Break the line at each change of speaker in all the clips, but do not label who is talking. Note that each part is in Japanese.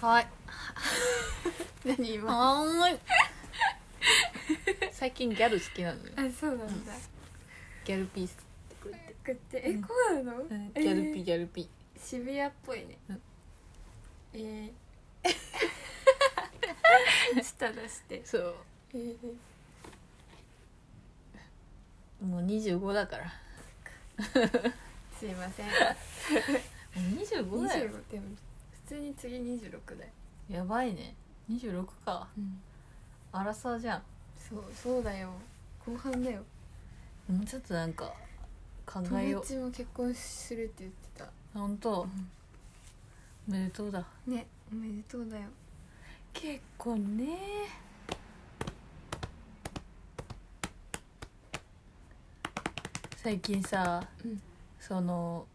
はい
何今あ
あーい最近ギャル好きなのよ
そうなんだ
ギャルピース、
こうやってえ
うん
こうなの、えー
ギャルピギャルピ
渋谷っぽいね、
うん
えー舌出して
そう
えー
もう25だからも
すいません
う25だよ
25でも普通に次26だよ、
やばいね26かアラサーじゃ
そうそうだよ後半だよ
んもうちょっとなんか考え
友
よう
達も結婚するって言ってた
本当、おめでとうだ
ねおめでとうだよ
結婚ね最近さ、
うん
その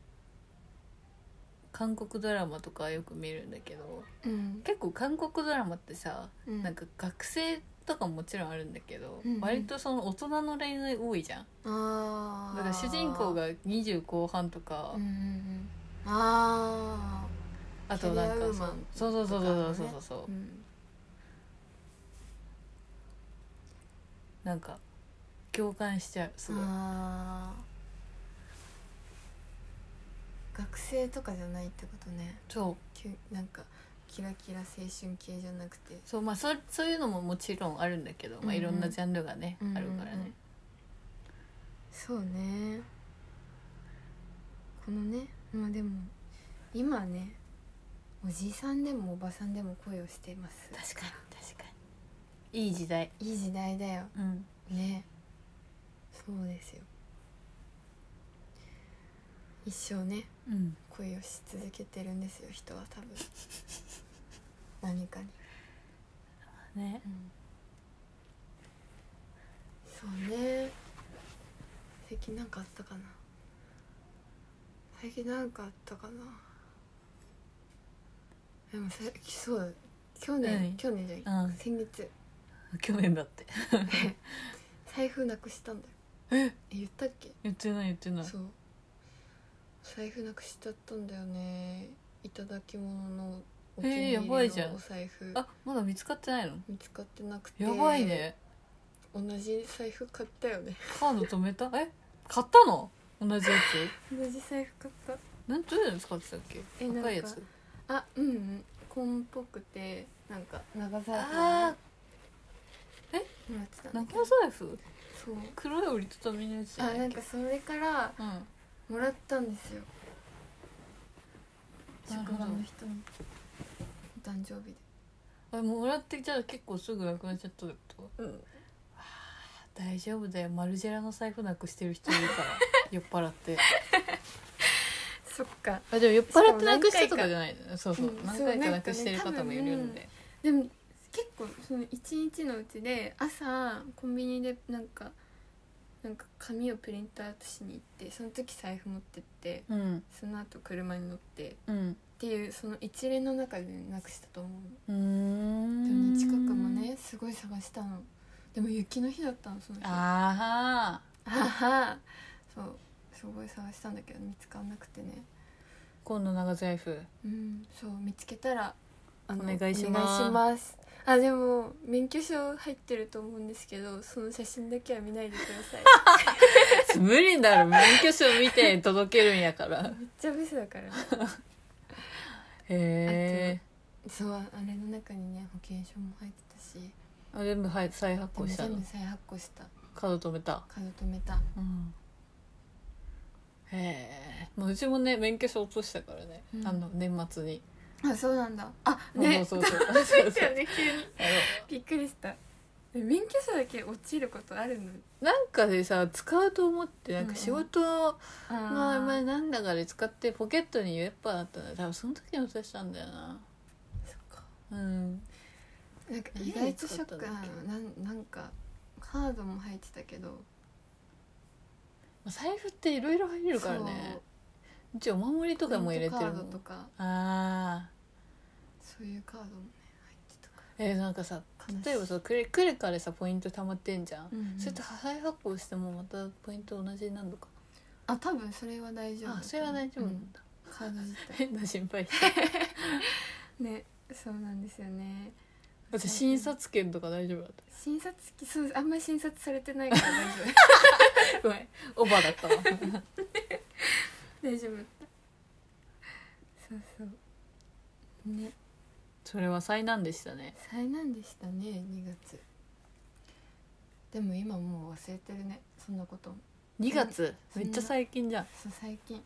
韓国ドラマとかよく見るんだけど
うん、
結構韓国ドラマってさ、
うん、
なんか学生とかももちろんあるんだけど、
うんうん
割とその大人の恋愛多いじゃん
あ
だ
ー
から主人公が20後半とか、
うんうんうんあ
あとなん
キャリアウ
か
ーマン
そうそうそうそうそう
とか
そうそう、
あ、うん、
なんか共感しちゃうすごい
あー学生とかじゃないってことね
そう
きゅなんかキラキラ青春系じゃなくて
そうまあそそういうのももちろんあるんだけど、ま
うんう
あ、
ん
いろんなジャンルがね、
うんうんう
あ
ん
るからね、
そうねこのねまあでも今ねおじさんでもおばさんでも恋をしてます
確かに確かにいい時代
いい時代だよ
うん
ねそうですよ一生ね
うん
恋をし続けてるんですよ人は 多分何かに、
ね
そうね最近なんかあったかな最近なんかあったかなでも最近そう去年、
うん
去年じゃない、
うん
先月
去年だって
財布なくしたんだよえ言ったっけ
言ってない言ってない
そう財布なくしちゃったんだよねいただき物のお気に入
えーやばい
り
じゃん
のお財布
あまだ見つかってないの
見つかってなくて
やばいね
同じ財布買ったよね
カード止めたえ買ったの同じや
同じ財布買った
つなんどういうの使ってたっけ
えなんか
赤いやつ
あうんうん紺っぽくてなんか長財布
あ
もらって
ー
たんだ
長
けど
財布
そう
黒い折りたたみのやつじゃ
あ
な
ない
っ
ん
け
かそれから
うん
もらったんですよ
なる
職
ほど
場の人にお誕生日で
あれもらってじゃあ結構すぐなくなっちゃったってこと
うん
大丈夫だよマルジェラの財布なくしてる人いる から酔っ払って
そっか
あでも酔っ払ってなくしたとかじゃないのそうそう、
うん
何
そう
回
な
か
んか
なくしてる方もいるんで、
ねでも結構その一日のうちで朝コンビニでなんかなんか紙をプリントアウトしに行ってその時財布持ってって
うん
その後車に乗ってっ
うん
ていうその一連の中でなくしたと思う
うー
ので
ん
も近くもねすごい探したのでも雪の日だったのその日あ
ああ
はそうすごい探したんだけど見つからなくてね
今度長財布
うんそう見つけたらあ
お願いします
お願いしますあでも免許証入ってると思うんですけどその写真だけは見ないでくださ い
無理だろ免許証見て届けるんやから
めっちゃブスだから
へえ
そうあれの中にね保険証も入ってたし
あ全部はい再発
でも
行した
全
の
部再発行した
カード止めた
カード止めた
うんへえもううちもね免許証落としたからね、
うん
あの年末に
あそうなんだあね
そう そうそうそう
だ
そう
よね急に
あの
びっくりしたえ免許証だけ落ちることあるの
なんかでさ使うと思ってなんか仕事の
あー
合間なんだかで使ってポケットにやっぱあったんだよ多分その時に渡したんだよな
そっか
うん
なんか意外とショックなのなんなんかカードも入ってたけど
まあ財布っていろいろ入れるからねうちお守りと
そう
かも入れて
ポイ
る
ント
も
カードと
ん
か
ああ
そういうカードもね入ってたか
えーなんかさ
悲しい
例えばさクレクレカでさポイント貯まってんじゃん、
ら、
それと再発行してもまたポイント同じになるのか
あ多分それは大丈夫
あそれは大丈夫
う
なんんだ、
カード自体
変な心配して
ねそうなんですよね
だって診察券とか大丈夫だっ
診察機そうですあんまり診察されてないから大丈
た ごめんオーバーだったわ
夫大丈夫だったそうそうね
それは災難でしたね
災難でしたね2月でも今もう忘れてるねそんなことも
2月
うん
めっちゃ最近じゃん
そう最近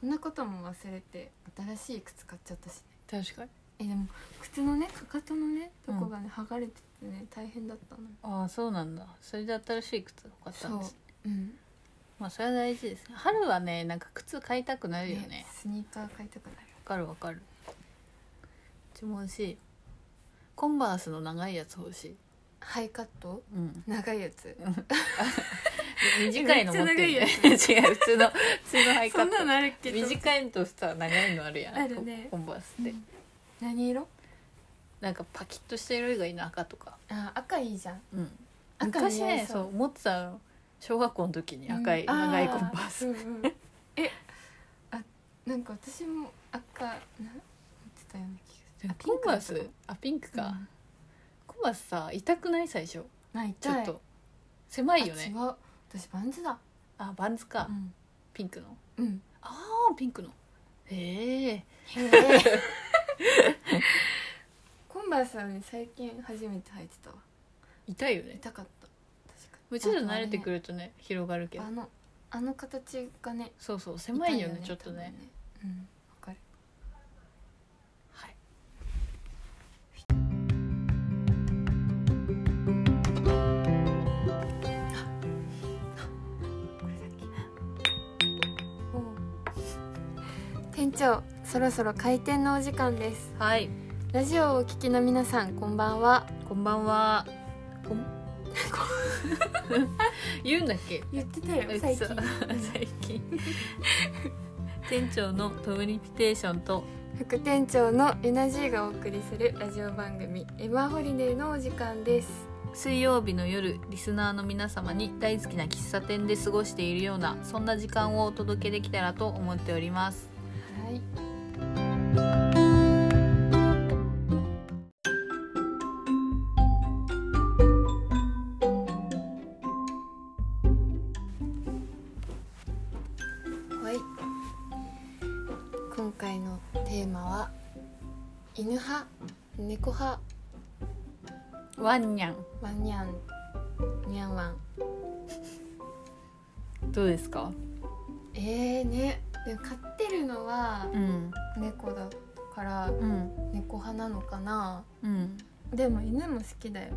そんなことも忘れて新しい靴買っちゃったしね
確かに
えでも靴のねかかとのねとこがね剥がれててね大変だったのよ
ああそうなんだそれで新しい靴を買ったんですね
うん
まあそれは大事ですね春はねなんか靴買いたくなるよね
スニーカー買いたくなる
わかるわかるうちも欲しいコンバースの長いやつ欲しい、
ハイカット
うん、
長いやつ
短いの持ってる、ね、 違う
め
普通の普通のハイカッ
そんなの
ト
あるっけど
短いのとしたら長いのあるやん
あるね
コンバースって、
うん何色
なんかパキッとした色がいいな赤とか、
あ赤いいじゃん
うん、
赤
昔
似合
ね
い
そう
う
持ってたの小学校の時に赤い、
うん
長いコ
あ
ンバース
うんうんえあなんか私も赤な持ってたような気がするあ
コンバー
ピ
ス
ク
あピンク
だ
か、コンバースさ痛くない最初
うんあ痛い
ちょっと、狭いよ
あ違
ね
う私バンズだ
あバンズか、
うん
ピンクの
うん
ああピンクのへえ
へえ コンバースはね最近初めて履いてたわ
痛いよね
痛かった確か
もうちょっと慣れてく
る
るとね広がるけど
あのあの形がね
そうそう狭いよね
痛
ちょっとね
多分ねうんわかる
はい
これだけ店長そろそろ開店のお時間です
はい
ラジオをお聞きの皆さんこんばんは
こんばんはこん 言うんだっけ
言ってたよ最近
嘘 最近 店長のトムリピテーションと
副店長のエナジーがお送りするラジオ番組エマホリデーのお時間です
水曜日の夜リスナーの皆様に大好きな喫茶店で過ごしているようなそんな時間をお届けできたらと思っております
はいはい今回のテーマは犬派猫派
ワンニャン
ワンニャンニャンワン
どうですか
えー、ねでも飼ってるのは
うん
猫だから
うん
猫派なのかな
うん
でも犬も好きだよ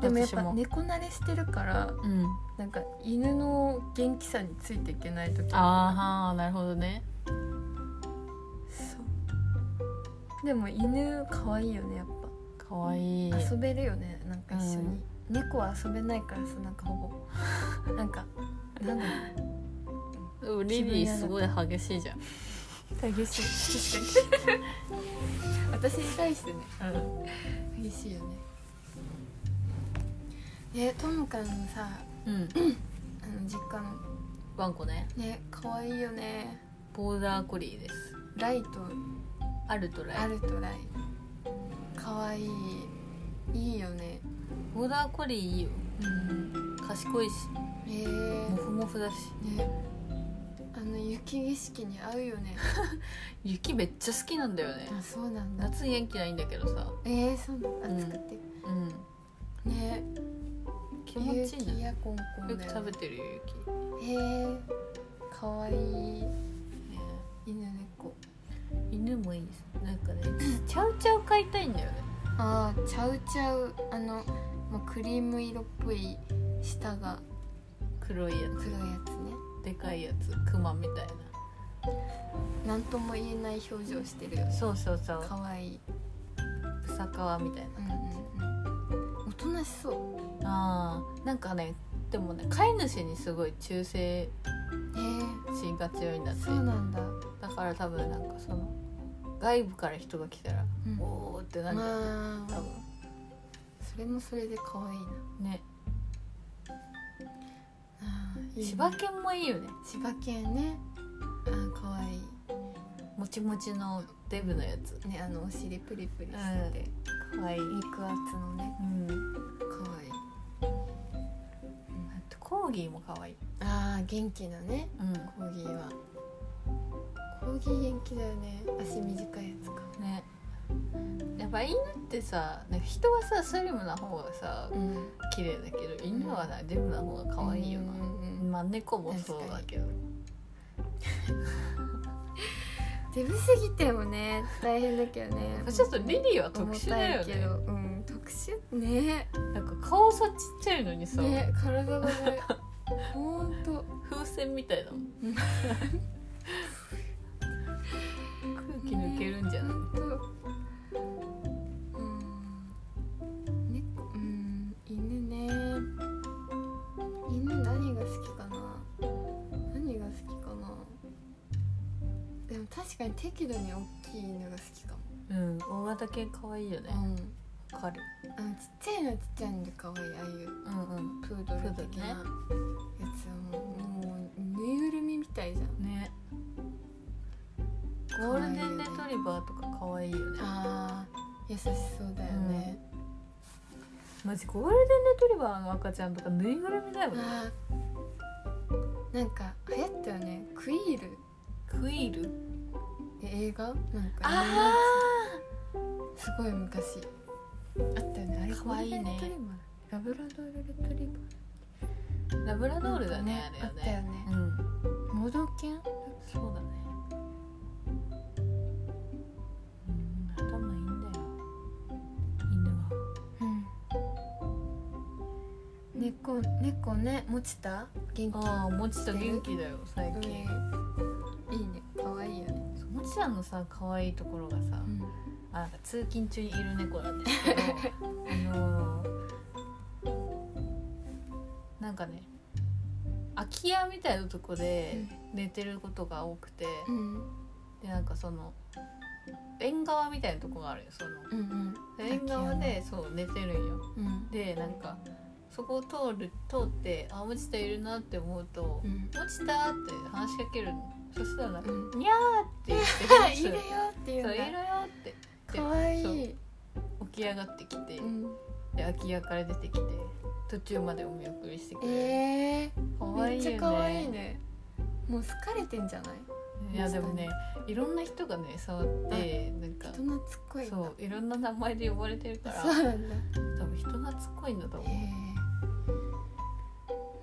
でもやっ
私
ぱ
も
猫慣れしてるから
うん
なんか犬の元気さについていけない時
ああなるほどね
そうでも犬可愛いよねやっ
かわいい
ぱ遊べるよねなんか一緒に、
うん
猫は遊べないからさなんかほ ぼなんかなんだろ
リリーすごい激しいじゃん
う激しい確かに私に対してね
うん
激しいよねえともかんのさ
うん、
あの実家の
ワンコね
ね可愛いよね
ボーダーコリーです
ライト
あるとラ
あ
イ
るとライ可愛いいいよね
ボーダーコリーいいよ
うん
賢いし
え
モ
ー、
フモフだし
ねあの雪景色に合うよ ね
雪めっちゃ好きなんだよね
あそうなんだ
夏元気ないんだけどさ
えー、そうなんだ暑くて、
うん
ね
気持ちいいんだ
雪
よ
やコンコ
よ
ンだ
く
よ
食べ
ね
てるよ雪、
えー、可愛い
ね、
犬猫
犬もいいですなんかね ちゃうちゃう飼いたいんだよね
ああちゃうちゃうあのもうクリーム色っぽい舌が
黒いや
黒いやつね
つでかいやつクマみたい
なんとも言えない表情してるよ
な
ね
そうそうそう
可愛い
草川みたいな
おとなしそう
あーなんかねでもね飼い主にすごい忠誠心
へえ
が強いんだって
そうなんだ、
だから多分なんかその外部から人が来たら
うん
「おー」ってなるんだよね
ま
多
あ
分
それもそれで可愛いな
ね
あーいいね
柴犬もいいよね
柴犬ねあー可愛い
もちもちのデブのやつ
ねあのお尻プリプリしてて、
かわいい、うん、
肉厚のね
あ
可愛いい
とコーギーもかわいい、
あー元気なね
うん、
コーギーはコーギー元気だよね足短いやつか
ねやっぱ犬ってさなんか人はさスリムな方がさ
うん
綺麗だけど犬はなデブな方が可愛いよな、
うんうんうん
まあ猫もそうだけど
デブすぎてもね大変だけど ね
ちょっとリリーは特
重
殊
た
だ
い
よ
け
ね
ど、うん特殊ね
なんか顔さちっちゃいのにさ、
ね体 がねほんと
風船みたいだもん
うん
空気抜けるんじゃない、
ほんとうんねうん犬ね犬何が好きかな何が好きかなでも確かに適度に大きい犬が好きかも
うん大型犬可愛いよね
うん
わかる
あのちっちゃいのはちっちゃいので可愛いああいう
うん
プードル的なやつはもうもうぬいぐるみみたいじゃん
うんねゴールデンレトリバーとか可愛いよね
あー優しそうだよね、
マジゴールデンレトリバーの赤ちゃんとかぬいぐるみだよね
あーなんか流行ったよねクイール
クイール
え映画なんかすごい昔あったよねあれ
可愛いね
ゴールデンレトリバーラブラドールレト
あ
リ
ラブラド
バー
ールだね
なんか
あれはね
あったよね
うん
モドケン
そうだねうん頭いいんだよ犬は
うん猫猫ね持ちた元気
ああもちた元気だよ最
うん
近、
いいね可愛いよね、
そうもちたのさ可愛いところがさ、
うん
あなんか通勤中にいる猫なんです けどあのーなんかね空き家みたいなとこで寝てることが多くて、
うん
でなんかその縁側みたいなとこがあるよその
うんうん
で縁側でそう寝てるんよ
うん
でなんかそこを通る通ってあ落ちたいるなって思うと「
うん
落ちた」って話しかけるのそしたらなんか
うん
「にゃー」って言って
あ
話
い
す
るよっていう
そ
の
ういるよって
可愛い
起き上がってきて、
うん
で空き家から出てきて途中までお見送りしてくれる、
え
か
ー
わ
め
い
っ
い
ち
よ
ゃ
ね
可愛いねもう好かれてんじゃない
いやでもねいろんな人がね触ってなんか
人懐っこいんだ
そういろんな名前で呼ばれてるから
そうなんだ
多分人懐っこいんだと思
えーね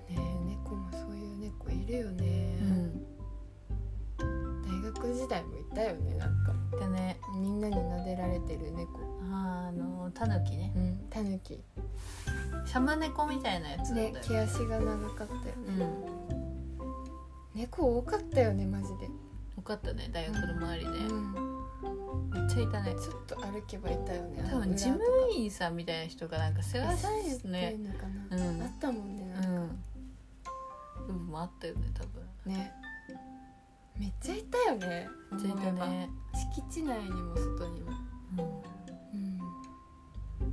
え猫もそういう猫いるよね
う、うん
大学時代もいたよねなんか
でね
みんなに撫でられてる猫
あのタヌキね
うんタヌキ
シャム猫みたいなやつだっ
ね
たよ、
毛足が長かったよね、
うん
猫多かったよねマジで、
よかったね大学の周りね、
うん
めっちゃいたね
ちょっと歩けばいたよね。
多分事務員さんみたいな人がなんか世
エ
話
サイズっ
してて
い
ね
うのか
う
な、あ
ん
ったもんねな
う
んか、
ん部分もあったよね多分
ねめっちゃいたよね
めっちゃいた
思え
ね、
ば敷地内にも外に
う
も、
ん
うん、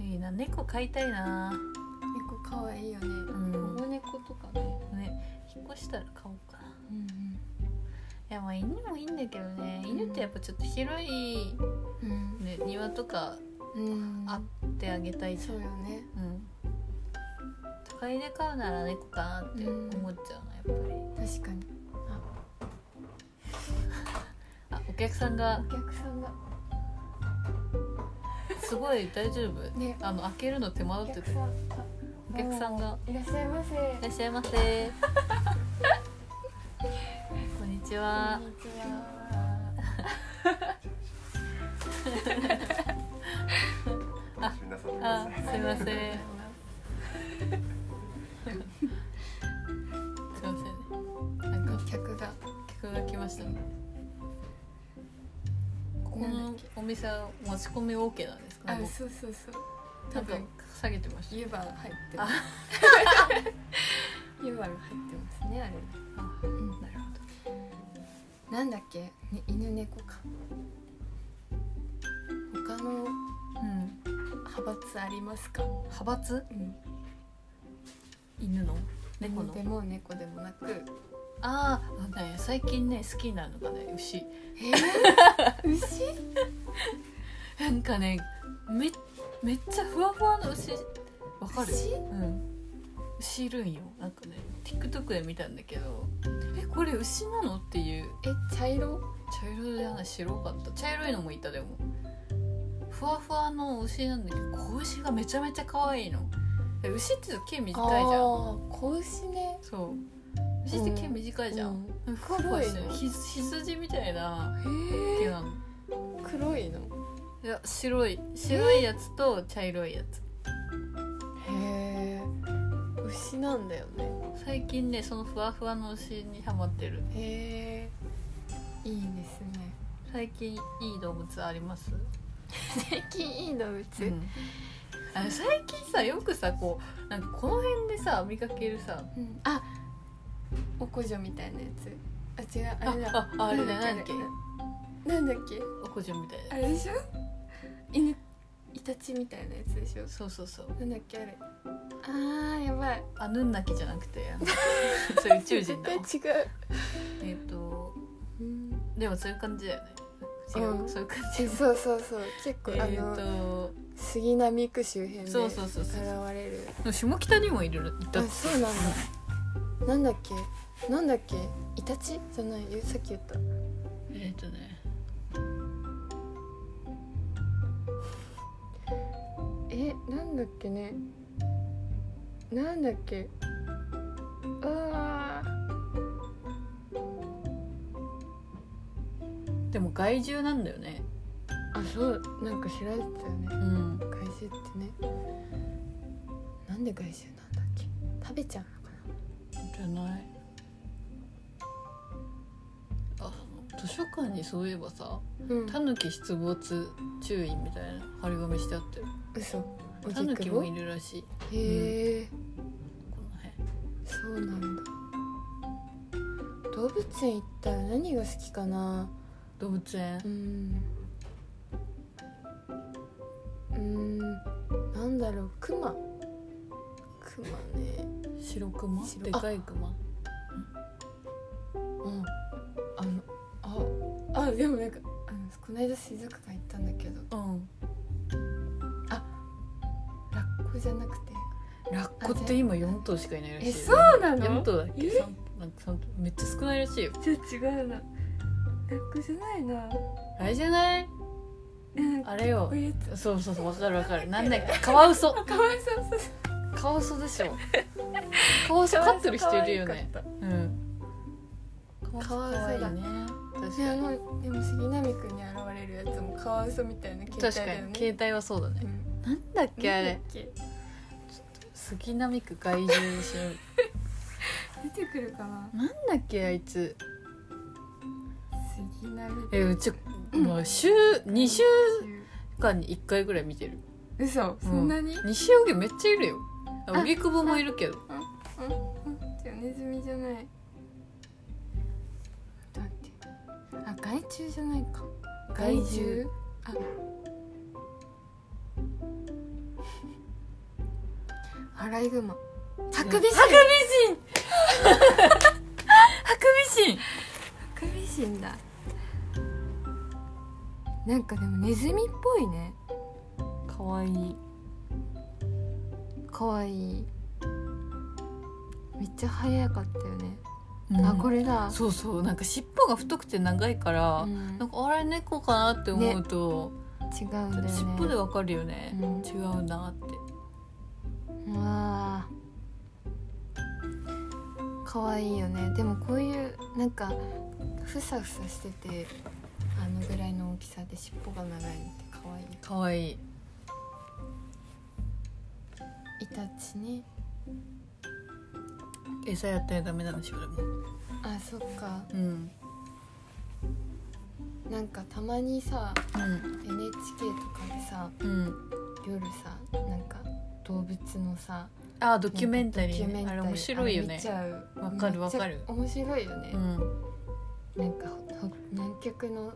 いいな猫飼いたいな、
猫可愛いよね
う
保
ん
護、猫とかね、
ね引っ越したら飼おうかない
うん
やまあ犬もいいんだけどね
うん
犬ってやっぱちょっと広い、
うん
ね、庭とか
うん
あってあげたいじゃ
そ
ん、
うよね
うん、都会で飼うなら猫かなって思っちゃうなやっぱり
確かに
あお客さんが
お客さんが
すごい大丈夫
ね
あの開けるの手間
お
取って
客
て
さん
お客さんが
いらっしゃいませこ
いらっしゃいませこんにちは
んにちは
あ
皆さんごめんな
あ
さい。
すいませんすいませんなんか
客が
客が来ましたねここのお店は持ち込み OK なんですか
あ
ね
そうそうそう
多
多
分
分
下げてました
湯葉入ってます 湯葉が入ってますねあれ
あ
うん
なるほ
なんだっけ、ね、犬猫か他
ど
の
うん
派閥ありますか、
派閥
うん、
犬の猫の
でも猫でもなく
あーあなんや最近ね好きなのがね牛
牛
なんかねめめっちゃふわふわの牛わかる
牛
うん牛いるんよなんかね TikTok で見たんだけどえこれ牛なのっていう
え茶色
茶色じゃない白かった茶色いのもいたでもふわふわの牛なんだけど子牛がめちゃめちゃ可愛いので牛って毛短いじゃん
ん子牛ね
そう牛って毛短いじゃん、
うん
ふわふわしてる
黒
ひ
いの
羊みたいな
へ
毛
え
なの
黒いの
いや白い白いやつと茶色いやつ
へえ牛なんだよね
最近ねそのふわふわの牛にハマってる
へえいいですね
最近いい動物あります、
最近いい動物、
あの最近さよくさこうなんかこの辺でさ見かけるさ
うんあおこじょみたいなやつあ違うあ
あ
れだ
ああれだ
な
なんん
だ
だ
っ
っ
け
け
なんだっけ
おこじょみたい
あ
な
れでしょ犬イタチみたいなやつでしょ
そうそうそう
なんだっけあれあーやばい
あヌンナキじゃなく てあのそれ宇宙人だわ
絶対違う、
えっ、と
うん、
でもそういう感じだよね違う、
うん
そういう感じ
えそうそうそう結構、
えっ、
あの
と
杉並区周辺で現
そうそうそうそう
れる
でも下北にもいるいたっ
あ
て
そうなんだなんだっけなんだっけイタチじゃないよさっき言った
えっ、とね
えなんだっけねなんだっけあ
でも害獣なんだよね
ーあそうなんか調べてたよね
うん
外獣ってねなんで外獣なんだっけ食べちゃうのかな
じゃないあの図書館にそういえばさ
う
「
ん
タヌキ出没注意」みたいな張り紙してあって
嘘お
タヌキもい
へ
るらしい
え、
この辺
そうなんだ動物園行ったら何が好きかな
動物園
うんうーんなんだろうクマクマね
白クマ
白
でかいクマ
うんあのああでもなんかあのこの間水族館行ったんだけど
うん
ラッコじゃなくて
ラッコって今4頭しかいないらしいよ
えそうな
4
の
頭だっけ
え
三なんか三頭めっちゃ少ないらしいよ
じゃあ違うなラッコじゃないな
あれじゃない
なんか
あれよ
こういうやつ
そうそうそうわかるわかるなんだっけカワウソ
あかわいそうそうそう
カワウソでしょ カワウソ飼ってる人いるよね
かわいかっ
うん。
カワウソだ
ね。確
たい
か
や
に。
もうでも杉並区に現れるやつもカワウソみたいな携帯
確か
だよね
に携帯はそうだね。
うん
なんだっけあ
なんだっ
れ。
け
杉並区外獣にしよ
出てくるかな
うなんだっけあいつ。
杉並
えうちもう週二週間に一回ぐらい見てる。
嘘そんなに、
西荻めっちゃいるよ。あ
あ
荻窪もいるけど。
うんうんじゃあネズミじゃないだってあ害虫じゃないか
害獣
害あアライグマハクビシン
ハク ビシン。ハクビシン。
ハクビシンだなんかでもネズミっぽいね
可愛いい。
かわいいめっちゃ早かったよね、
うん
あこれだ
そうそうなんか尻尾が太くて長いから。
うん
なんかあれ猫かなって思うと、
違うんだよね
尻尾でわかるよね、
うん
違うなって
うわー可愛いよねでもこういうなんかふさふさしててあのぐらいの大きさで尻尾が長いのって可愛いよ
可愛いい
イタチね
餌やったらダメなんでしょでも
あそっか
うん
なんかたまにさ
うん
NHK とかでさ
うん
夜さなんか動物のさ
あードキュメンタリー,、
なん
ね、
か
あれ面白いよ
あれ見
ね
ちゃう
わかる
めっちゃ
わかる
面白いよね
う、ん
なんかほほ南極の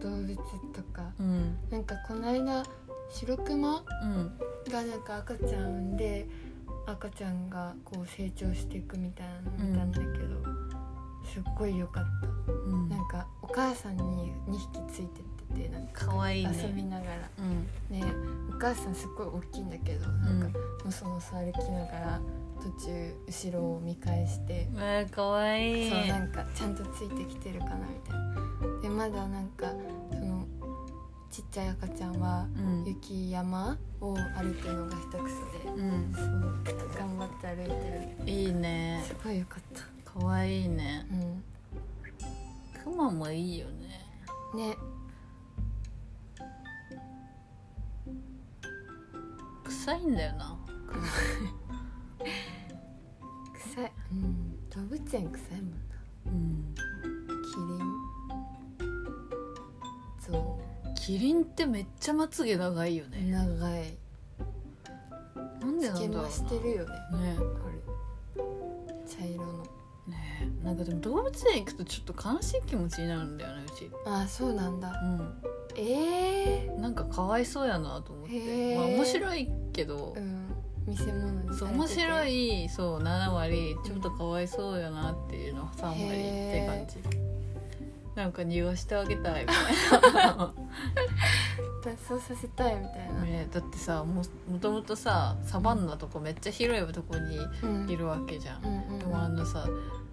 動物とか
うん
なんかこの間シロクマ
うん
がなんか赤ちゃん産んで赤ちゃんがこう成長していくみたいなの見たんだけど、すっごい良かった
うん
なんかお母さんに2匹ついてっててなんか
かわいいね
遊びながら
うん
ねお母さんすっごい大きいんだけど
う
なんか
ん
のそのそ歩きながら途中後ろを見返して、
えー、かわいい
そうなんかちゃんとついてきてるかなみたいなでまだなんかそのちっちゃい赤ちゃんは
うん
雪山を歩くのが下手くそで
うん
そう頑張って歩いて
いいね
るすごいよかった
かわいいね
うん
クマもいいよね
ね
臭いんだよな
臭いうん動物園臭いもんな
うん
キリンゾ
キリンってめっちゃまつげ長いよ
ウ
ね、
長い
なんで
つ
な
け
んだろ
ましてるよね
うなね
あれ茶色の
ねえなんかでも動物園行くとちょっと悲しい気持ちになるんだよねうち
ああそうなんだ
う
ええ
んなんかかわいそうやなと思って、
へえ
まあ面白いけど
う、ん見せ物に
そう
されてて
面白
へ
いそう7割ちょっとかわいそうやなっていうの3割って感じなんか匂わしてあげたいみたいな
脱走させたいみたいな、
ねだってさももともとさサバンナとかめっちゃ広いとこに
うん
いるわけじゃん
う、んうん
でもあのさ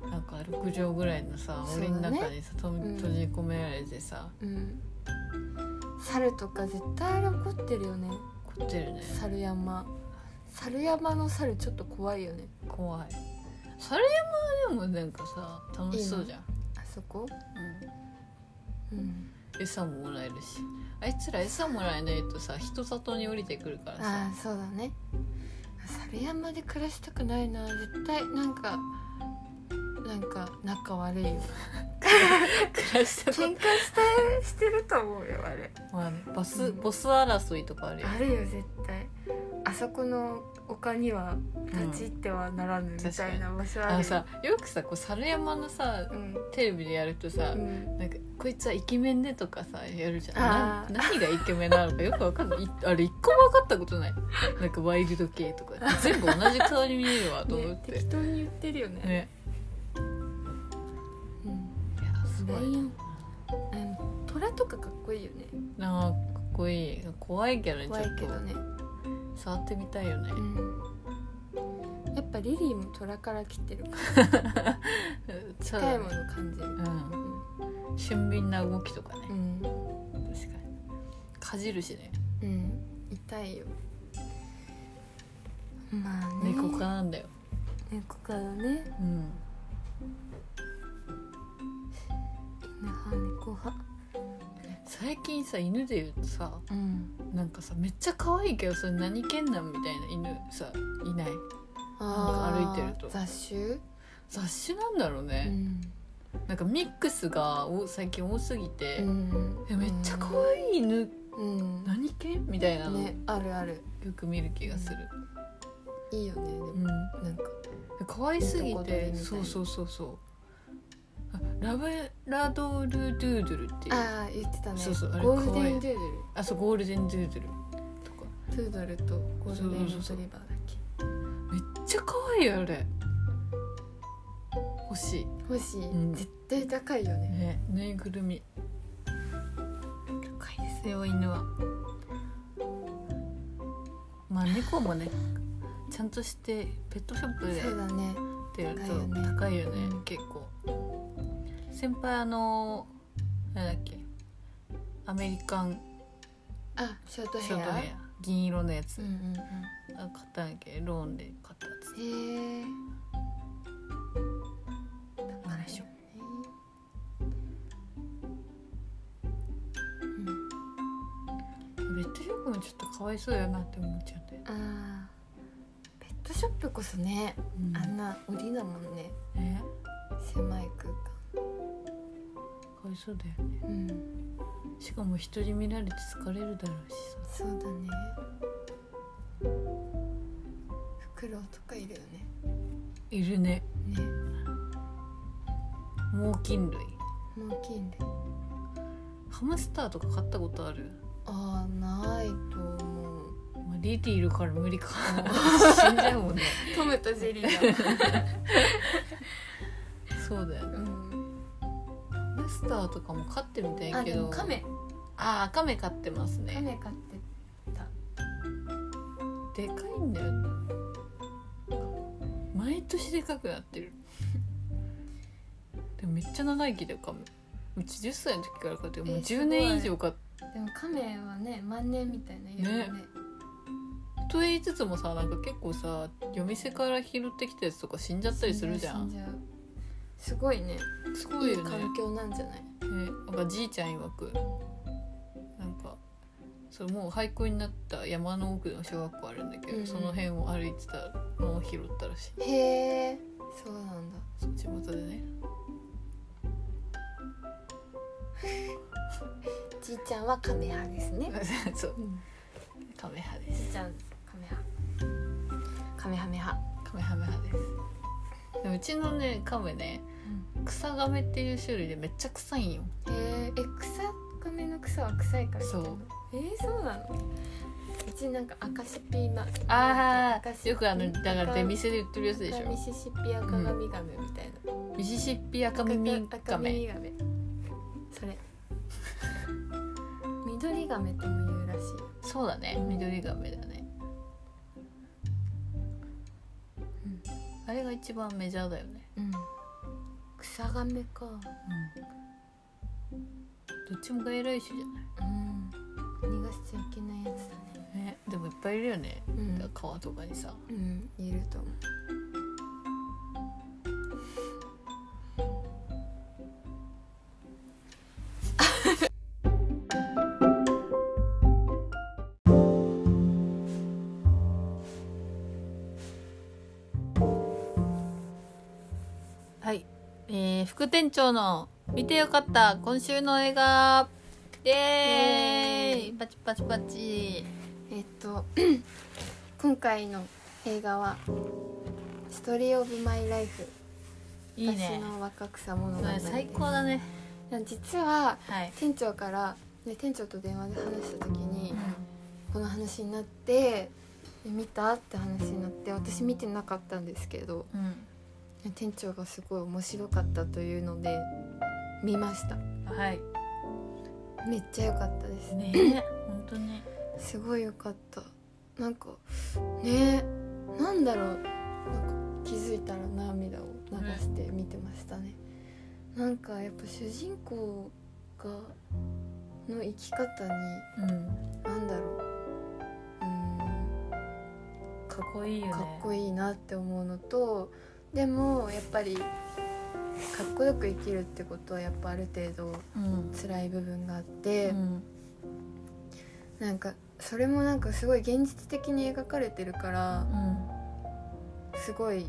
なんか6畳ぐらいのさ
そうだ
檻
ね
の中にさと
ん
閉じ込められてさ
うん猿とか絶対あれ怒ってるよね
こってるね
猿山猿山の猿ちょっと怖いよね
怖い猿山はでもなんかさ楽しそうじゃん
あそこ
うん
うん
餌ももらえるしあいつら餌もらえないとさ人里に降りてくるからさ
ああそうだね猿山で暮らしたくないな絶対なんかなんか仲悪いよ
暮らして
喧嘩してしてると思うよあれ
まあねボス、
うん
ボス争いとかあるよ
あるよ絶対あそこの丘には立ち入ってはならぬみたいな場所ある
あ
よ、
のさよくさこう猿山のさ
うん、
テレビでやるとさ、
うん、
なんかこいつはイケメンでとかさやるじゃん
あ
な
ー
何がイケメンなのかよくわかんないいあれ一個も分かったことないなんかワイルド系とか全部同じ顔に見えるわと思っ
ね
て
適当に言ってるよね
ね
うん
いやすご
ラ
い
イオンあの虎とかかっこいいよね
なあかっこいい怖いけどね
怖い
ち
け
ょっ
どね、
と触ってみたいよね
うん、やっぱリリーも虎から来てるから
そう
近
だね
いもの感じる
うん俊敏な動きとかね
う、ん、
確かにかじるしね
うん、痛いよまあね
猫科なんだよ、
猫科だね
うん
犬派猫派
最近さ犬でいうとさ
うん
なんかさめっちゃ可愛いけどそれ何犬なんみたいな犬さいない
あー
なんか歩いてると
雑種
雑種なんだろう
う
ね、
ん
なんかミックスがお最近多すぎて、
うん
えめっちゃ可愛い犬
うん
何犬みたいなの、
ねあるある
よく見る気がする、
いいよねでも
うん
なんか
可愛すぎ
猫と
て
犬みたいな
そうそうそうそうあラブラドールドゥードゥルっていうあ
ああ言ってたね
そうそうあれ
ゴールデ
可
ンドゥー
そうゴールデンドゥードゥルとか
ドルトゥードルとゴールデン
そうそうそ
レト
う
リバーだっけ
めっちゃ可愛いあれ欲し
欲しい、
うん
絶対高いよ
い
ね
ねぬいぐるみ
高いです
背負い犬はまあ猫もねちゃんとしてペットショップで
そうだね
ってやると
高いよね
高いよね
うん
結構先輩あのなんだっけアメリカン
あショート
シ
ヘ
ョ
ア
ートヘア銀色のやつ、
うんうんうん
買ったんやけどローンで買ったやつ
へえ
高いでしょ
うん
ベッドショップもちょっとかわいそうやなって思っちゃって、
あーペットショップこそね
うん
あんな檻だもんね
ね
狭い空
かわいそうだよね
間うん
しかも人に見られて疲れるだろうしさ
そうだねフクロウとかいるよね
いるね
ね
猛禽類
猛禽類
ハムスターとか買ったことある、
あーないと思う
まあ、リティいるから無理か 死んじゃうもんね
トムとジェリーだ、
そうだよね
うん、
スターとかも飼ってみたい
あ
け
で
ど
もカメ
あーカメ飼ってます
カ
ね
メ飼って
でかいんだよ毎年でかくなってるでもめっちゃ長生きだよカメうち10歳の時から飼ってるもう
えすご
10
い
年以上飼って
でもカメはね万年みたいな色ねね
と言いつつもさなんか結構さ夜店から拾ってきたやつとか死んじゃったりするじゃ
死
ん
じゃうすごいね
すごい
いい
よね
環境なんじゃない
えなんかじいちゃん曰くなんかそれもう廃校になった山の奥の小学校あるんだけど、
うんうん
その辺を歩いてたのを拾ったらしい
へえそうなんだ
そう地元でね
じいちゃんはカメ派ですね
そう
うん
カメハで
じい
す
ちゃんカメ派カメハメ派
カメハメハですでもうちのねカメね草ガメっていう種類でめっちゃ臭いんよ
へええ草カメの草は臭いからみたいな
そう
えー、そうなのうちなんか赤シピーマ
あ
赤シ
あよくあのだから出
ミ
店で売ってるやつでし
ミ
ょ
シシッピアカガミガメみたいな、
ミシシッピアカミミ
赤
ガメ
耳ガメそれ 緑ガメとも言うらしいよ
そうだね緑ガメだね、うん、あれが一番メジャーだよね、
うん草ガメか
どっちも外来種じゃ
うん逃がしちゃいけないやつだね
ない、ね、でもいっぱいいるよね、
うん
川とかにさ
うんいると思う
はい、えー、副店長の見てよかった今週の映画イエーイ
イエーイ
パチパチパチ
えっと 今回の映画は「ストーリー・オブ・マイ・ライフ」
いいね
私の若草物語
それ
です
最高だね
実は
はい、
店長から、ね、店長と電話で話した時にこの話になってで見たって話になって私見てなかったんですけど
う
店長がすごい面白かったというので見ました
ん、はい
めっちゃ良かったです
ねえ本当に
すごい良かったなんかねなんだろうなんか気づいたら涙を流して見てましたね、なんかやっぱ主人公がの生き方に
うん
なんだろううーん
かっこいいよね
かっこいいなって思うのとでもやっぱりかっこよく生きるってことはやっぱある程度
うん
辛い部分があって、
うん
なんかそれもなんかすごい現実的に描かれてるから
う
すごい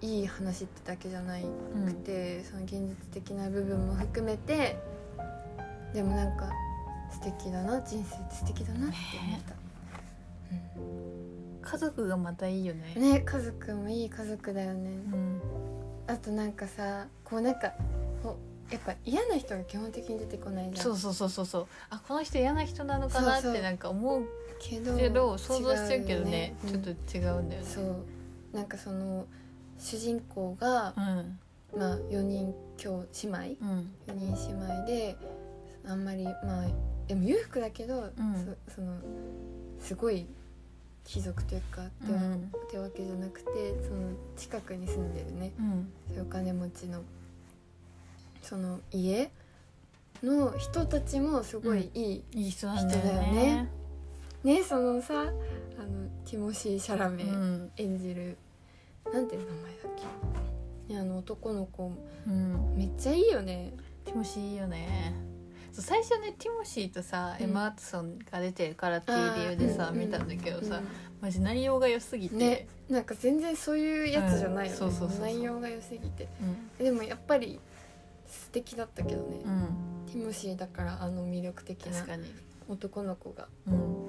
いい話ってだけじゃなく
んうん
て、その現実的な部分も含めてでもなんか素敵だな人生って素敵だなって思った。うん
家族がまたいいよね
ね家族もいい家族だよね、
うん
あとなんかさこうなんかこうやっぱ嫌な人が基本的に出てこないじゃん
そうそうそうそうそうあこの人嫌な人なのかなっ
そう
て
そう
なんか思う
けど
けど想像しちゃうけ
違う
ど
よ
ね
うん
ちょっと違うんだよね
そうなんかその主人公が
う、ん
まあ4人今日姉妹
うん
4人姉妹であんまりまあでも裕福だけど、
うん
そそのすごい貴族というかって,、
うん
ってわけじゃなくてその近くに住んでるね
うん
そういうお金持ちのその家の人たちもすごいいい、
いい人なんだよね
人だよねねそのさあのティモシー・シャラメ
うん
演じる、なんて名前だっけねあの男の子
うん
めっちゃいいよね
ティモシーいいよねそう最初ねティモシーとさ、
うん
エマ・アトソンが出てるからっていう理由でさ、
あーうん
見たんだけどさ、
うん
マジ内容が良すぎて、
ねなんか全然そういうやつじゃないよね、
うんそうそうそうそう
内容が良すぎて
うん
でもやっぱり素敵だったけどね、
うん、
ティモシーだからあの魅力的な
確かに、
男の子が
うん、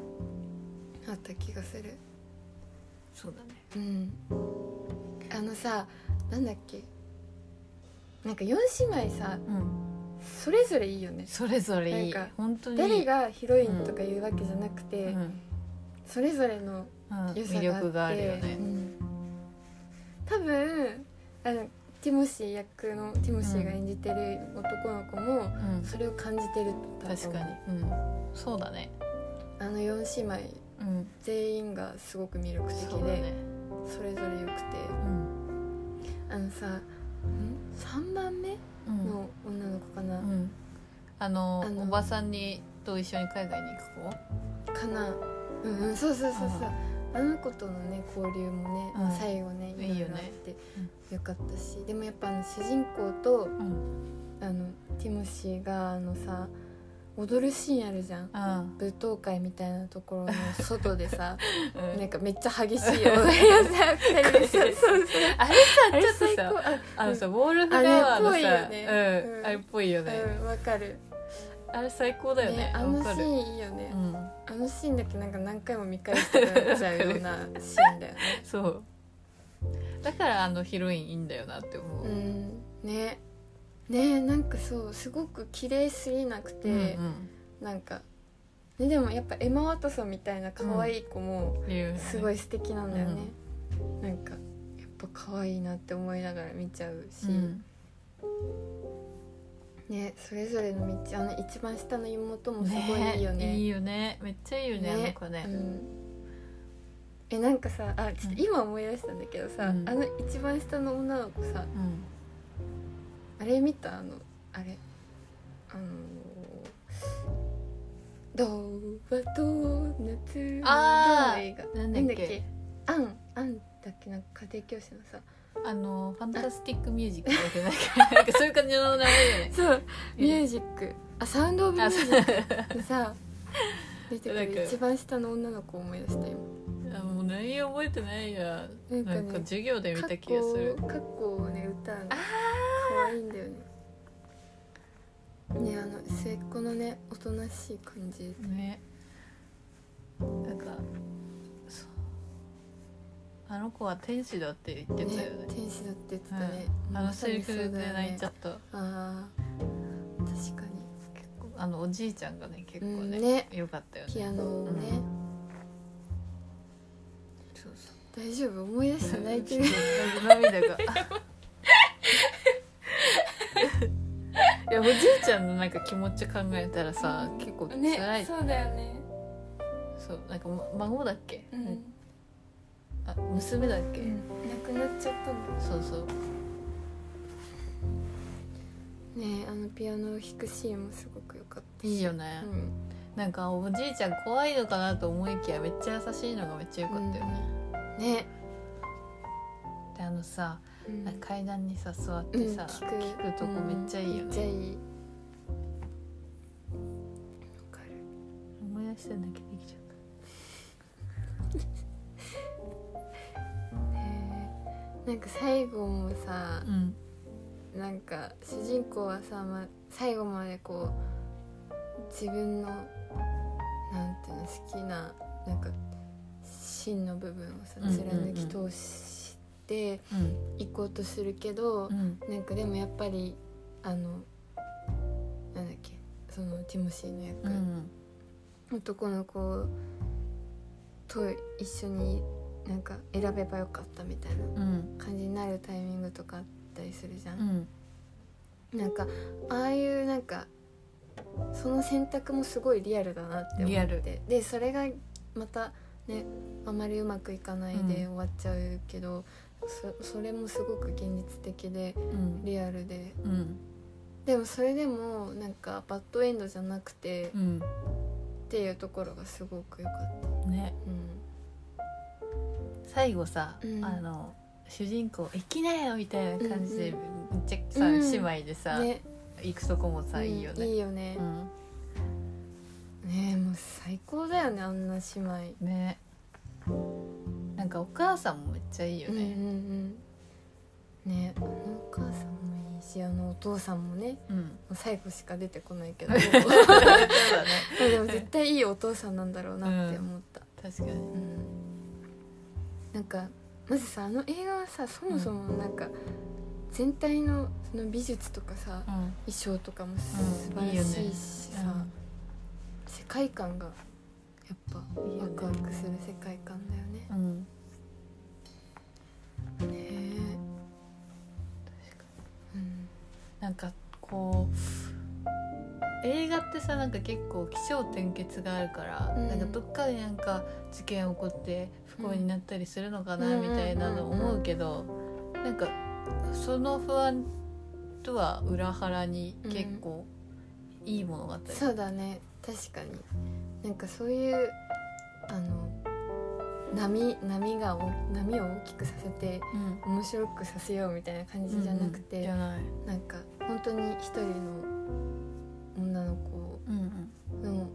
あった気がする
そうだね
うんあのさなんだっけなんか4姉妹さ
うん
それぞれいいよね
それぞれいい
なんか
本当に
誰がヒロインとかいうわけじゃなくて、
うん
それぞれの
うん
良さがあって
魅力があるよね
う、ん多分あのティモシー役のティモシーが演じてる男の子も
うん
それを感じてるんだと
確
思
か
う
に、うん、そうだね
あの4姉妹
うん
全員がすごく魅力的で
そ
そ,、
うだね
れぞれ良くて
うん
あのさん3番目
うん
の女の子かな、
うんあの
あの
おばさんにと一緒に海外に行く
かなうんうんそうそうそうそう
うん
あの子とのね交流もね、
うん
まあ最後ね
いいよね
ろろあってよかったし、でもやっぱあの主人公
子
と
うん
あのティモシーがあのさ踊るシーンあるじゃん
あ
舞踏会みたいなところの外でさ
あ、 う
なん
ん、
かめっちゃ激しい踊りをさ二人 でさそうそう
あれ
あ
さ
れ
ちょっと
最高
さ
あ
あのさウォールフラワーのさ
あれっぽいよね
うん
うん
あれっぽいよね、
うんわかる
あれ最高だよね
あの
わか
シ
る
ーンいいよね
う、ん
あのシーンだけなんか何回も見返したくなっちゃうようなシーンだよね
そうだからあのヒロインいいんだよなって思う、
うんねねなんかそうすごく綺麗すぎなくて、
うん
なんか、ね、でもやっぱエマ・ワトソンみたいな可愛い子も
うん、理由
すご
い、
い素敵なんだよね、なんかやっぱ可愛いなって思いながら見ちゃうし、
うん、
ねそれぞれの道あの一番下の妹もすごいいいよね
いいよねめっちゃいいよね
ね
あの子ね、
うんえなんかさあちょっと今思い出したんだけどさ、
うん
あの一番下の女の子さ
うん、
あれ見たあのあれあの童話ドーナツの
あー
映画
なんだっけ
なんだっけアンアンだっけなんか家庭教師のさ
あのファンタスティックミュージックだけなん かなんかそういう感じの名前だよね
そうミュージックあサウンド・オブ・ミュ
あ
ージ
そう
ックでさ出てく
なんか
る一番下の女の子を思い出した今
あもう内容覚えてないや
なんか
な
ね
んか授業で見
過
た
去
気がする
過去をね歌うの可愛いんだよねねあの末っ子のねおとなしい感じ
ねなんかそうあの子は天使だって言ってたよね
天使だって言ってたね、
あのセリフで泣いちゃ
っ
った、
た、あー確か
結構あのおじいちゃんがね結構
うんね
ね,、良かったよ
にピ
ね
アノをね、
うそうそう
大丈夫思い出して泣いてる
涙 がいやおじいちゃんのなんか気持ち考えたらさ結構辛い、
そうだよね
そうなんかま孫だっけ、
うん、
あ娘だっけ、
亡くなっちゃったんだ
そうそう
ねえあのピアノを弾くシーンもすごく良かった
いいよ
う
ね、
ん
なんかおじいちゃん怖いのかなと思いきやめっちゃ優しいのがめっちゃ良かったよね、
ね
であのさ
うん
階段にさ座って
うん
さ、
聞く
聞くとこめっちゃいいよ
うんめっちゃ
ね、
いいわかる
思い出して泣けてきちゃっ
ねえなんか最後もさ
た、うん
なんか主人公はさ、ま、最後までこう自分のなんていうの好きななんか芯の部分をさ
うんうんうん
貫き通して
うん
いこうとするけど、
うん
なんかでもやっぱりあのなんだっけそのティモシーの役、
うん
男の子と一緒になんか選べばよかったみたいな
うん
感じになるタイミングとかあったりするじゃん
う。ん
なんかああいうなんかその選択もすごいリアルだなって
リ
思
ア
っ
ル
てでそれがまたねあまりうまくいかない
うん
で終わっちゃうけど、そそれもすごく現実的で
うん
リアルで
うん
でもそれでもなんかバッドエンドじゃなくて、っ
うん
ていうところがすごく良かった。
ね
うん
最後さ、
うん
あの主人公「行きなよ」みたいな感じで、
う
め
ん
っちゃさ、
うん
姉妹でさ、
ね
行くとこもさ、
うん
いいよね。
いいよね
う,、ん、
ねもう最高だよねあんな姉妹。
ねなんかお母さんもめっちゃいいよ
うんう
ね。
んうん、ねあのお母さんもいいしあのお父さんもね
うん、
最後しか出てこな いけど
そう
で
だね
も絶対いいお父さんなんだろうなって思った、
確かに。
うんなんかまずさあの映画はさそもそもなんか、全体のその美術とかさ
うん
衣装とかも素
うん
晴らし
いいよ
い
ね
しさ、世界観がやっぱ
いいよ
ワ
ね
クワクする世界観だよね
うん
ね
確かなんかこう映画ってさなんか結構起承転結があるから、
うん
なんかどっかでなんか事件起こって不幸になったりするのかな
うん
みたいなの思うけど、なんかその不安とは裏腹に結構いい物語、う
そうだね確かになんかそういうあの波波がお波を大きくさせて
ん
面白くさせようみたいな感じじゃなくて、
じゃない、
なんか本当に一人の女の子
うんうん、
の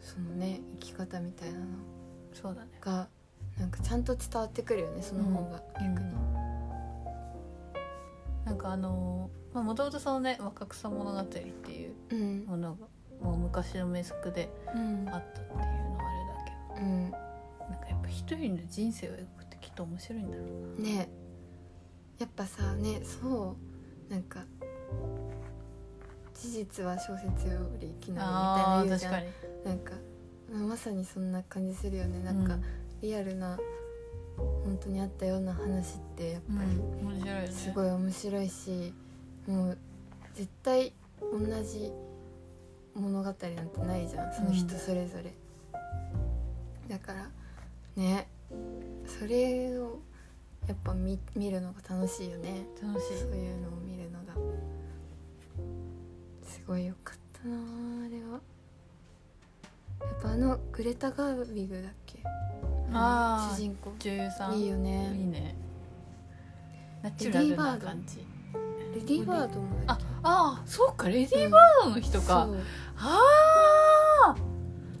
そのね生き方みたいなの
そうだね
がなんかちゃんと伝わってくるよねその方が、
うん
逆に。
なんかあのーもともとそのね「若草物語」っていう
うん
ものがもう昔の名作で
うん
あったっていうのはあれだけ
うん
どなんかやっぱ一人の人生を描くってきっと面白いんだろう
ねやっぱさねそうなんか事実は小説よりいきな
な
りみたいな言う
ー
じ
確
ゃん
かに
なんかまさにそんな感じするよねなんか、
うん
リアルな本当にあったような話ってやっぱり
うん面白いよね
すごい面白いし、もう絶対同じ物語なんてないじゃんその人それぞれ、だからねそれをやっぱ見見るのが楽しいよね
楽し
そう
い
いうのを見るのがすごいよかったなあれはやっぱあのグレタ・ガービグだっけ
あー
主人公
女優さん
いいよね
いいねナチュラルな感じ
レディー・バードも
あ
だ
あーそうかレディー・バードの人か、
そう
ああ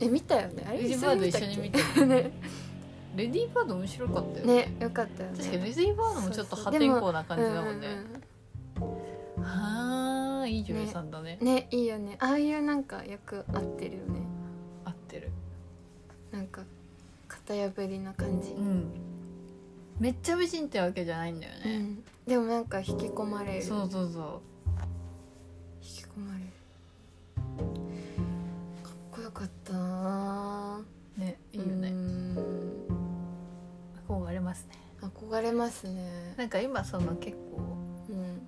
え見たよねあれ
レディーバード一緒に見た
たっけね
レディー・バード面白かったよ
ねよかったよね
確かにレディー・バードもちょっと破天荒な感じだもんね
うんうん
はあいい女優さんだね
うんねいいよねああいうなんか役合ってるよね
合ってる
なんか型破りな感じ、
うんめっちゃ美人ってわけじゃないんだよ
う
ね、
んでもなんか引き込まれる
そうそうそ
引き込まれるかっこよかったな
うねい
い
いよね
ね
憧れますね
憧れますね
なんか今その結構
うん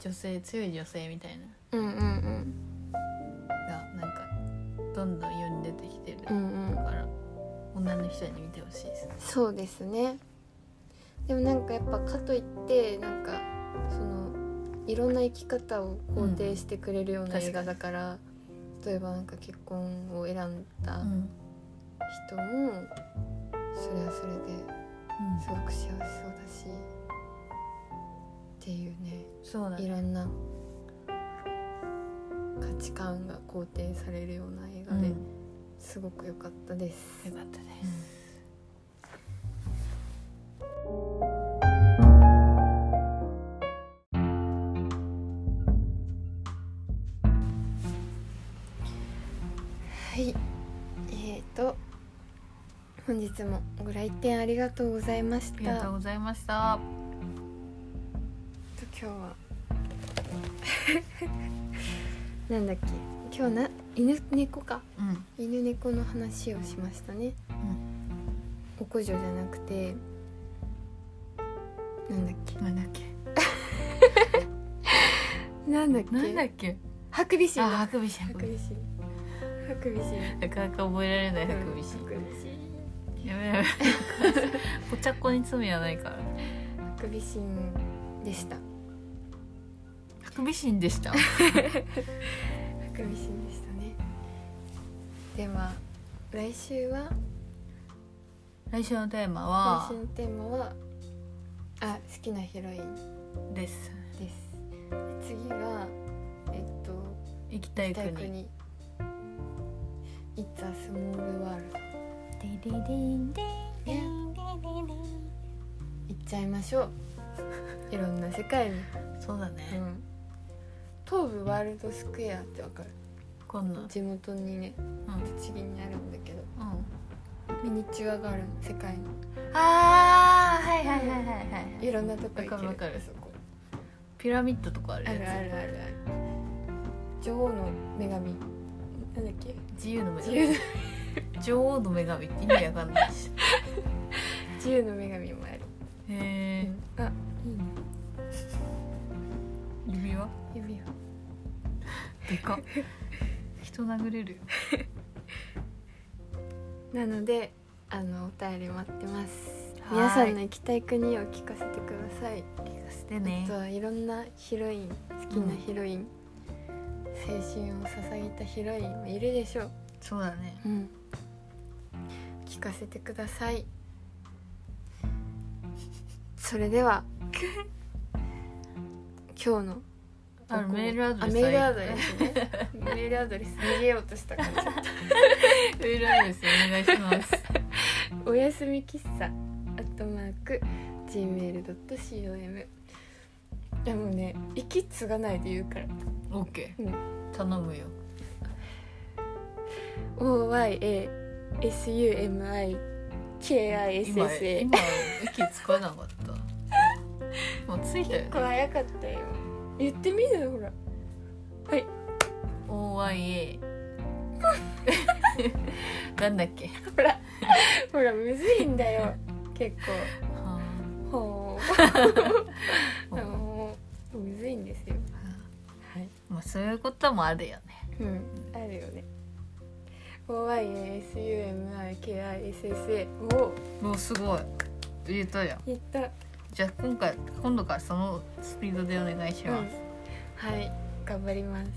女性強い女性みたいな
うんうんうん
がなんかどんどん世に出てきてる
う
か
んうん
ら、女の人に見てほしいですね
そうですねでもなんかやっぱかといってなんかそのいろんな生き方を肯定してくれるよう
うん
な
確かに
映画だから、例えばなんか結婚を選んだ
うん、うん、
人もそれはそれですごく幸せそうだしっていうね
そうだ
い
ね
ろんな価値観が肯定されるような映画
うん
で
よ
すごく良かったです。
かったね
はい、えーと本日もご来店ありがとうございまし
ありがと
た
う。ございました
と今日は なんだっけ今日な犬猫か
うん
犬猫の話をしましたね、おこじょじゃなくてなんだっけ
なんだっけ
なんだっけ
なんだっけ
ハクビシン
あ
だ
ハクビシン
ハ
ハ
ク
クビ
ビシンハクビシン
シンなかなか覚えられないハクビシン
ハクビシン
や めやめぽちゃっこに罪はないから
ハクビシンでしたハ
ハクビシンでした
クビシンでしたねでは来週は
来週のテーマ
来
は
週のテーマはあ好きなヒロイン
です
です次がえっと
行きたい国
大国 It's a small world
ディディディディディディディ
行っちゃいましょ ういろんな世界に、
そうだね、
うん、東武ワールドスクエアってわかる
こんなん
地元にね
う
栃木にあるんだけど
ん、
ミニチュアがあるの世界の
ああはいはいはいはいはい
いろんなとこ行ける
わかるわかる
そこ
ピラミッドとかある
あ
や
る
つ
あるあるある女王の女神なんだっけ
自由の女
自
神
由の
女王の女神って意味わかんない し
自由の女神もある、
へえ
あいいね
指輪でかっ人殴れるよ
なのであのお便り待ってます
はい
皆さんの行きたい国を聞かせてください
聞かせて
あとはいろんなヒロイン好きなヒロイン、青春を捧げたヒロインもいるでしょう、
そうだね
うん、聞かせてくださ いそれでは今日の
あ
ここ
メールアドレス
あメール アドレスねメールアドレス逃げようとした感じ
メールアドレスお願いします
おやすみ喫茶アットマーク gmail.com いやもうね息継がないで言うから
OK、
うん
頼むよ
OYASUMIKISSA
今
結
今息つかなか ったもうついたよ
構早かったよ言ってみるよほら
OIA なんだっけ
ほらほらむずいんだ よ結
は
構ほ うあのむずいんですよはい
まあそういうこともあるよね
うん、あるよね OYASUMIKISSA を
もうすごい言えたじゃん
言った、うん、
じゃあ今回今度からそのスピードでお願いします、
はい頑張ります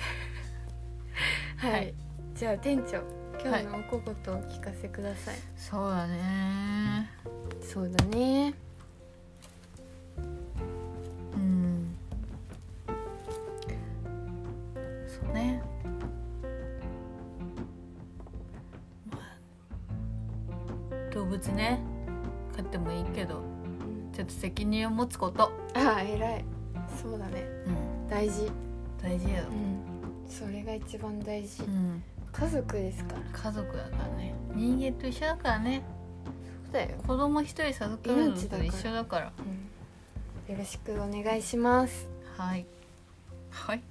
はい、
はい
じゃあ店長今日のお小言を聞かせください、
そうだね
そうだね
うんそうねまあ動物ね飼ってもいいけどちょっと責任を持つこと、
ああ偉いそうだね
うん、
大事
大事やろ、
んそれが一番大事、
うん、
家族ですから
家族だからね人間と一緒だからね
そうだよ、
子供一人授かるの
命だ
と
から
一緒だから
うん、よろしくお願いします
はいはい